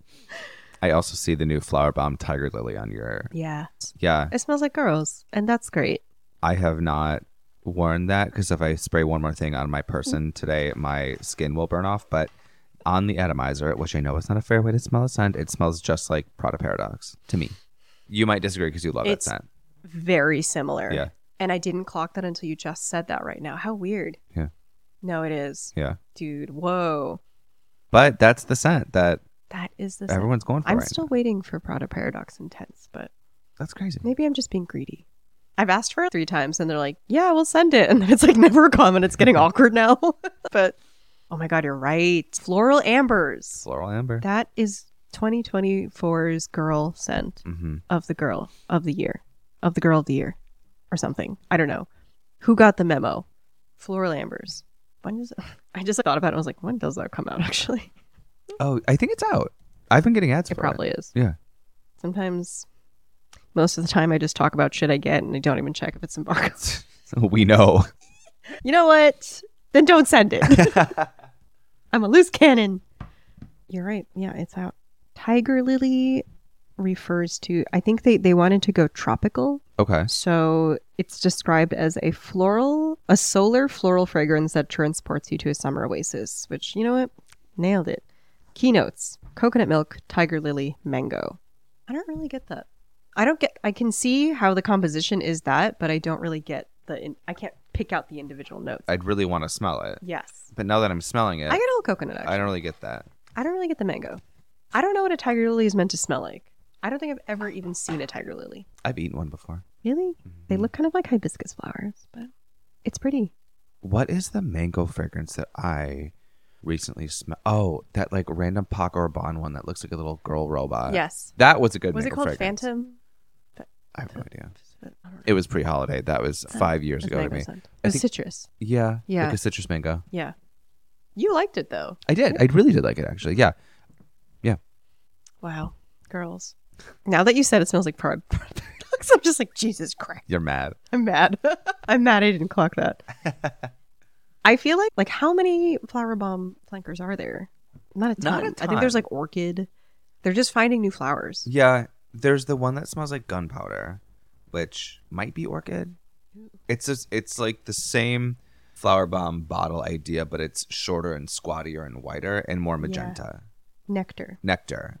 I also see the new flower bomb tiger lily on your.
Yeah,
Yeah,
it smells like girls, and that's great.
I have not worn that because if I spray one more thing on my
Mm-hmm.
person today, my skin will burn off. But on the atomizer, which I know is not a fair way to smell a scent, it smells just like Prada Paradox to me. You might disagree because you love
It's-
that scent.
Very similar.
Yeah.
And I didn't clock that until you just said that right now. How weird.
Yeah.
No, it is,
Yeah,
dude. Whoa,
but that's the scent that
that is the.
everyone's going for.
I'm
right
still
now.
waiting for Prada Paradox Intense, but
That's crazy.
maybe I'm just being greedy. I've asked for it three times, and they're like, "Yeah, we'll send it," and then it's like never come, and it's getting awkward now. but oh my god, you're right. Floral ambers.
Floral amber.
That is 2024's girl scent
mm-hmm.
of the girl of the year, of the girl of the year, or something. I don't know. Who got the memo? Floral Ambers. When does I just thought about it. I was like, when does that come out? Actually,
Oh, I think it's out. I've been getting ads
it
for
probably is.
Yeah.
Sometimes, most of the time, I just talk about shit I get and I don't even check if it's embargoed.
we know.
you know what? Then don't send it. I'm a loose cannon. You're right. Yeah, it's out. Tiger Lily refers to. I think they they wanted to go tropical.
Okay.
So it's described as a floral, a solar floral fragrance that transports you to a summer oasis, which, you know what? Nailed it. Keynotes coconut milk, tiger lily, mango. I don't really get that. I don't get, I can see how the composition is that, but I don't really get the, in, I can't pick out the individual notes.
I'd really want to smell it.
yes.
But now that I'm smelling it,
I get all coconut, actually.
I don't really get that.
I don't really get the mango. I don't know what a tiger lily is meant to smell like. I don't think I've ever even seen a tiger lily.
I've eaten one before. Mm-hmm.
Really? They
Hmm.
look kind of like hibiscus flowers, but it's pretty.
What is the mango fragrance that I recently smelled? Oh, that like random Pac Urban one that looks like a little girl robot.
yes.
That was a good
Was it
mango
called
fragrance.
Phantom?
I have no idea.
but I don't know.
It was pre-holiday. That was five years
It's
ago to
mango
me.
scent. It
I
was
think-
citrus.
Yeah,
Yeah.
like a citrus mango.
Yeah. You liked it though.
I did. I really did like it actually. Yeah,
Wow. Girls. Now that you said it smells like Pride products, I'm just like, Jesus Christ.
you're mad.
I'm mad. I'm mad I didn't clock that. I feel like like how many flower bomb flankers are there? Not a
Not
ton.
a
I think
ton.
there's like orchid. They're just finding new flowers.
Yeah, there's the one that smells like gunpowder, which might be orchid. It's just, it's like the same flower bomb bottle idea, but it's shorter and squattier and whiter and more magenta.
Nectar.
Nectar.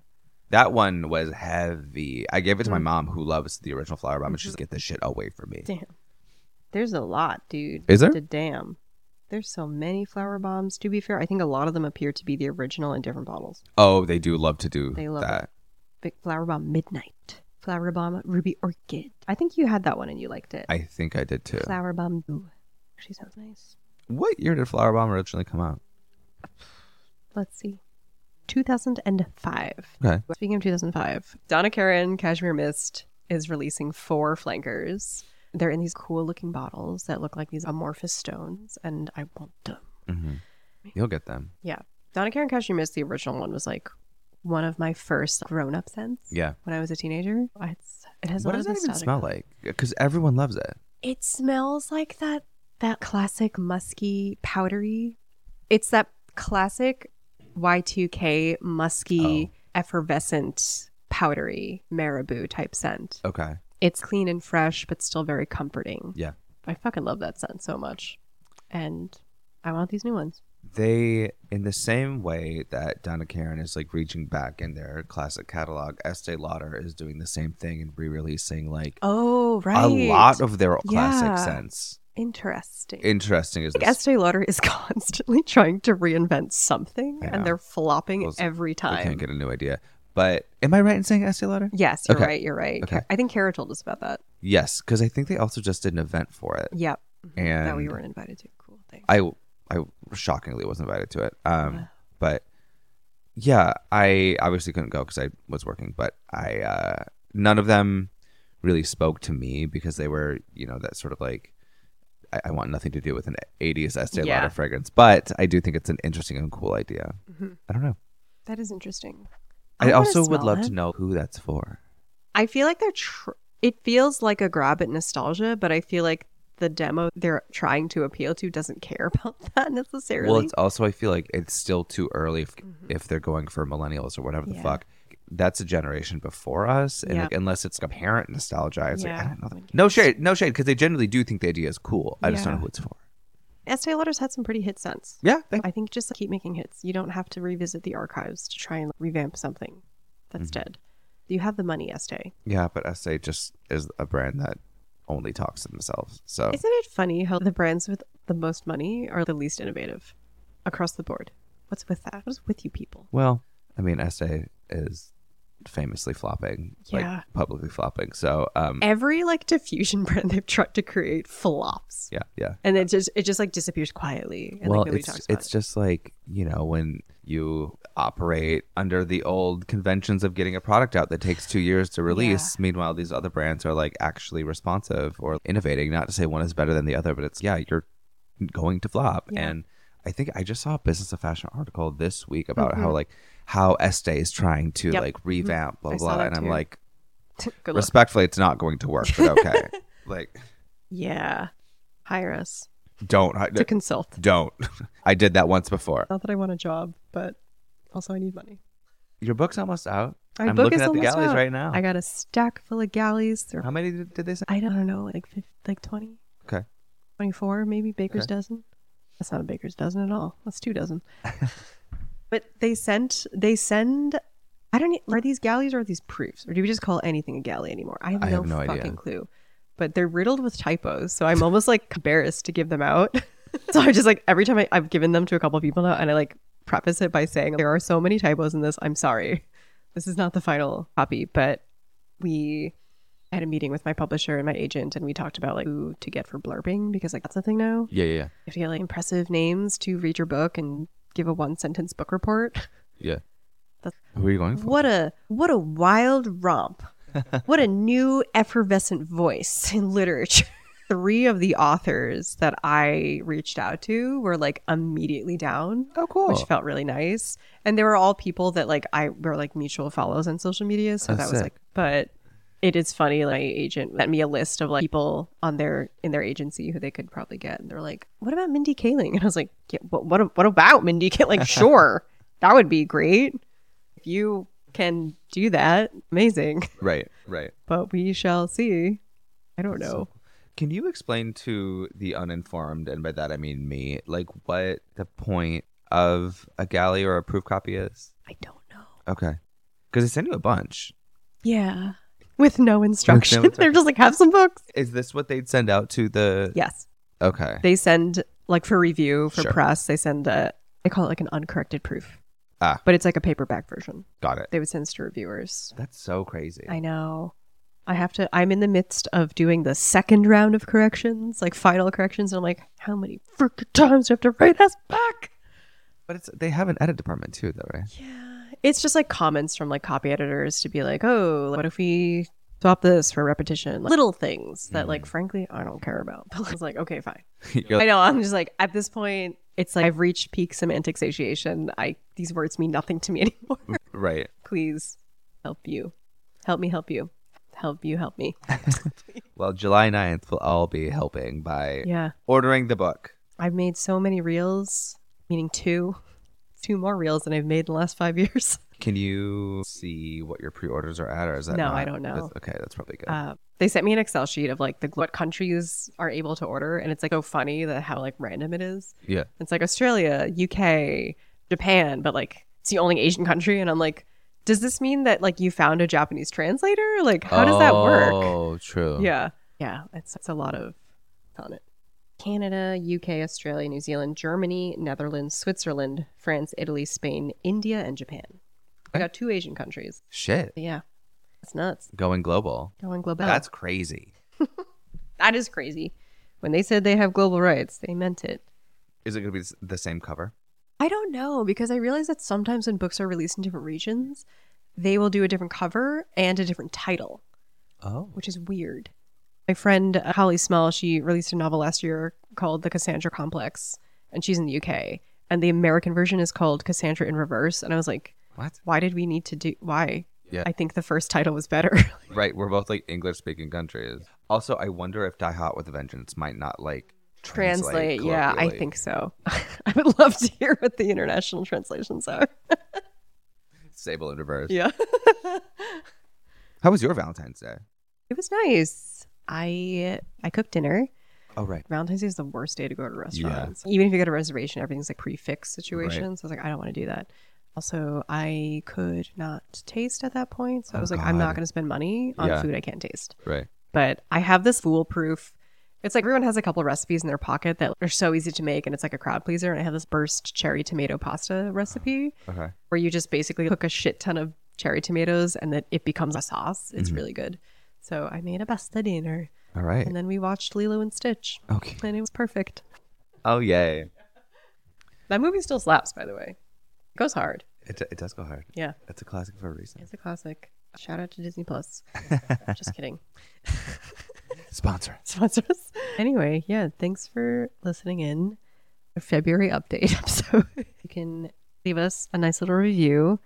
That one was heavy. I gave it
Mm.
to my mom, who loves the original flower bomb, and she's get this shit away from me.
Damn. There's a lot, dude.
Is there?
The damn. There's so many flower bombs. To be fair, I think a lot of them appear to be the original in different bottles.
Oh, they do love to do
They love
that.
Big flower bomb midnight. Flower bomb ruby orchid. I think you had that one and you liked it.
I think I did too.
flower bomb. Ooh, she sounds nice.
What year did Flower Bomb originally come out?
Let's see. 2005.
Okay.
Speaking of 2005, Donna Karen Cashmere Mist is releasing four flankers. They're in these cool looking bottles that look like these amorphous stones, and I want them.
hmm You'll get them.
Yeah. Donna Karen Cashmere Mist, the original one, was like one of my first grown up scents
Yeah.
when I was a teenager. I had s- it has a
What
lot
does
of
that even
nostalgic-
smell like? Because everyone loves it.
It smells like that that classic musky powdery. It's that classic Y2K
Oh.
musky effervescent powdery marabou type scent.
Okay.
It's clean and fresh but still very comforting.
Yeah.
I fucking love that scent so much. And I want these new ones.
They, in the same way that Donna Karen is like reaching back in their classic catalog, Estee Lauder is doing the same thing and re releasing like
Oh, right.
a lot of their classic
Yeah.
scents.
interesting.
Interesting is
like
this.
Estee Lauder is constantly trying to reinvent something
Yeah.
and they're flopping
Those-
every
I
time.
can't get a new idea. But am I right in saying Estee Lauder?
Yes, you're
Okay.
right. You're right.
Okay.
I think Kara told us about that.
Yes, because I think they also just did an event for it,
Yep. Mm-hmm.
and
that we weren't invited to. Cool. Thanks.
I I shockingly was invited to it. Um, but yeah, I obviously couldn't go because I was working. But I uh, none of them really spoke to me because they were you know that sort of like I, I want nothing to do with an '80s Estee
Yeah.
Lauder fragrance, but I do think it's an interesting and cool idea.
Mhm.
I don't know.
that is interesting.
I,
wanna
also would
smell
love
it.
to know who that's for.
I feel like they're. Tr- it feels like a grab at nostalgia, but I feel like the demo they're trying to appeal to doesn't care about that necessarily.
Well, it's also I feel like it's still too early if, if they're going for millennials or whatever the
Mm-hmm. Yeah.
fuck. That's a generation before us, and
Yeah.
like, unless it's like parent nostalgia, it's like
Yeah.
I don't know. No shade, no shade, because they generally do think the idea is cool. I just don't know
Yeah.
who it's for.
Estee Lauder's had some pretty hit scents.
Yeah, thank-
I think just keep making hits. You don't have to revisit the archives to try and revamp something that's
Mm-hmm.
dead. You have the money, Estee.
yeah, but Essay just is a brand that only talks to themselves. So
Isn't it funny how the brands with the most money are the least innovative across the board? What's with that? What's with you people?
well, I mean, Essay is famously flopping,
Yeah.
like publicly flopping. So um,
Every like diffusion brand they've tried to create flops.
yeah, yeah.
And it just it just like disappears quietly and
well,
like nobody
it's,
talks about
it's
it.
just like you know when you operate under the old conventions of getting a product out that takes two years to release. Meanwhile, these other brands are like actually responsive or innovating. Not to say one is better than the other, but it's yeah, you're going to flop.
Yeah.
And I think I just saw a Business of Fashion article this week about how like how Estee is trying to
Mm-hmm. Yep. Mm-hmm.
like revamp blah
I
blah,
saw that
and I'm
too.
like,
Good luck.
respectfully, it's not going to work. But okay, like
Yeah. Hire us
don't
to consult.
don't. I did that once before.
Not that I want a job, but also I need money.
Your book's almost out.
My
I'm
book
looking
is
at the
almost
galleys
out.
right now.
I got a stack full of galleys. They're,
How many did, did they say?
I don't know, like fif- like 20,
Okay.
24 maybe, baker's
Okay.
dozen. That's not a baker's dozen at all. That's two dozen. but they sent they send I don't e- are these galleys or are these proofs or do we just call anything a galley anymore? I have,
I
no,
have no idea.
fucking clue. But they're riddled with typos, so I'm almost like embarrassed to give them out. so I just like every time I, I've given them to a couple people now, and I like preface it by saying there are so many typos in this. I'm sorry, this is not the final copy, but we had a meeting with my publisher and my agent, and we talked about like who to get for blurbing because like that's a thing now.
Yeah, yeah,
You have to get like impressive names to read your book and give a one sentence book report.
yeah.
That's-
Who are you going for?
What a what a wild romp. what a new effervescent voice in literature. Three of the authors that I reached out to were like immediately down,
Oh, cool.
which felt really nice. And they were all people that like I were like mutual follows on social media. So
That's
that was
it.
like, but it is funny. Like, my agent sent me a list of like people on their in their agency who they could probably get, and they're like, "What about Mindy Kaling?" And I was like, yeah, "What? What? What about Mindy Kaling?" Like, sure, that would be great if you can do that. Amazing,
Right, right.
but we shall see. I don't know.
Can you explain to the uninformed, and by that I mean me, like what the point of a galley or a proof copy is?
I don't know.
Okay. Because they send you a bunch.
Yeah, with no instruction, they're
instruction.
just like, "Have some books."
Is this what they'd send out to the.
Yes.
Okay.
they send like for review for
Sure.
press they send a they call it like an uncorrected proof
Ah.
but it's like a paperback version
Got it.
they would send to reviewers
That's so crazy.
i know i have to i'm in the midst of doing the second round of corrections like final corrections and i'm like how many freaking times do i have to write this back
But it's they have an edit department too, though, right?
yeah it's just like comments from like copy editors to be like oh what if we swap this for repetition Like, little things that like frankly i don't care about but it's like okay fine
You're
I
like,
know. I'm just like at this point, it's like I've reached peak semantic satiation. I these words mean nothing to me anymore.
right.
Please help you, help me, help you, help you, help me.
Well, July 9th will all be helping by
Yeah,
ordering the book.
I've made so many reels, meaning two, two more reels than I've made in the last five years.
Can you see what your pre-orders are at, or is that
No,
not-
I don't know.
that's- okay, that's probably good.
Uh, they sent me an Excel sheet of like the what countries are able to order, and it's like so funny that how like random it is.
yeah,
It's like Australia, UK, Japan, but like it's the only Asian country. And I'm like, does this mean that like you found a Japanese translator? Like, how does that work?
Oh, true.
Yeah. Yeah. It's, it's a lot of on it. Canada, UK, Australia, New Zealand, Germany, Netherlands, Switzerland, France, Italy, Spain, India, and Japan. I got two Asian countries.
Shit,
But yeah. It's nuts.
going global.
Going global.
That's crazy.
that is crazy. When they said they have global rights, they meant it.
Is it going to be s- the same cover?
I don't know because I realize that sometimes when books are released in different regions, they will do a different cover and a different title,
Oh,
which is weird. My friend uh, Holly Smell, she released a novel last year called The Cassandra Complex, and she's in the UK. And the American version is called Cassandra in Reverse. And I was like,
what?
why did we need to do why?
Yeah.
I think the first title was better.
Right, we're both like English-speaking countries. Also, I wonder if Die Hot with a Vengeance might not like
Translate, yeah, I
colloquially.
think so. I would love to hear what the international translations are.
Sable in reverse.
Yeah.
How was your Valentine's Day?
It was nice. I I cooked dinner.
Oh, right.
Valentine's Day is the worst day to go to restaurants. Even if you get a reservation, everything's like prefix situation. So I was like, I don't want to do that. Also, I could not taste at that point. So I
Oh,
was like, I'm not
God.
going to spend money on
Yeah.
food I can't taste.
Right.
But I have this foolproof. It's like everyone has a couple recipes in their pocket that are so easy to make and it's like a crowd pleaser. And I have this burst cherry tomato pasta recipe
Okay.
where you just basically cook a shit ton of cherry tomatoes and then it becomes a sauce.
Mm-hmm.
It's really good. So I made a pasta dinner
All right.
and then we watched Lilo and Stitch
Okay.
and it was perfect.
Oh, yay.
That movie still slaps, by the way. It goes hard.
It, it does go hard.
Yeah,
It's a classic for a reason.
it's a classic. Shout out to Disney Plus. Just kidding.
Sponsor.
Sponsors. Anyway, yeah, thanks for listening in. A February update episode. you can leave us a nice little review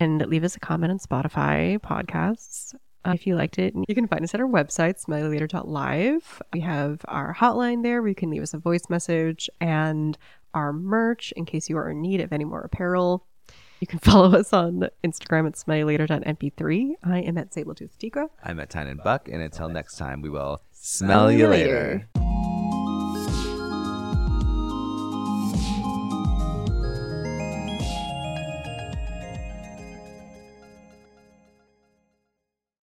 and leave us a comment on Spotify podcasts. uh, if you liked it, And you can find us at our website, smileyleader.live. We have our hotline there where you can leave us a voice message and our merch in case you are in need of any more apparel. You can follow us on Instagram at smileyleader.mp3. I am at Sabletooth Tigra.
I'm at Tynan Buck, and until next time, we will smell you later.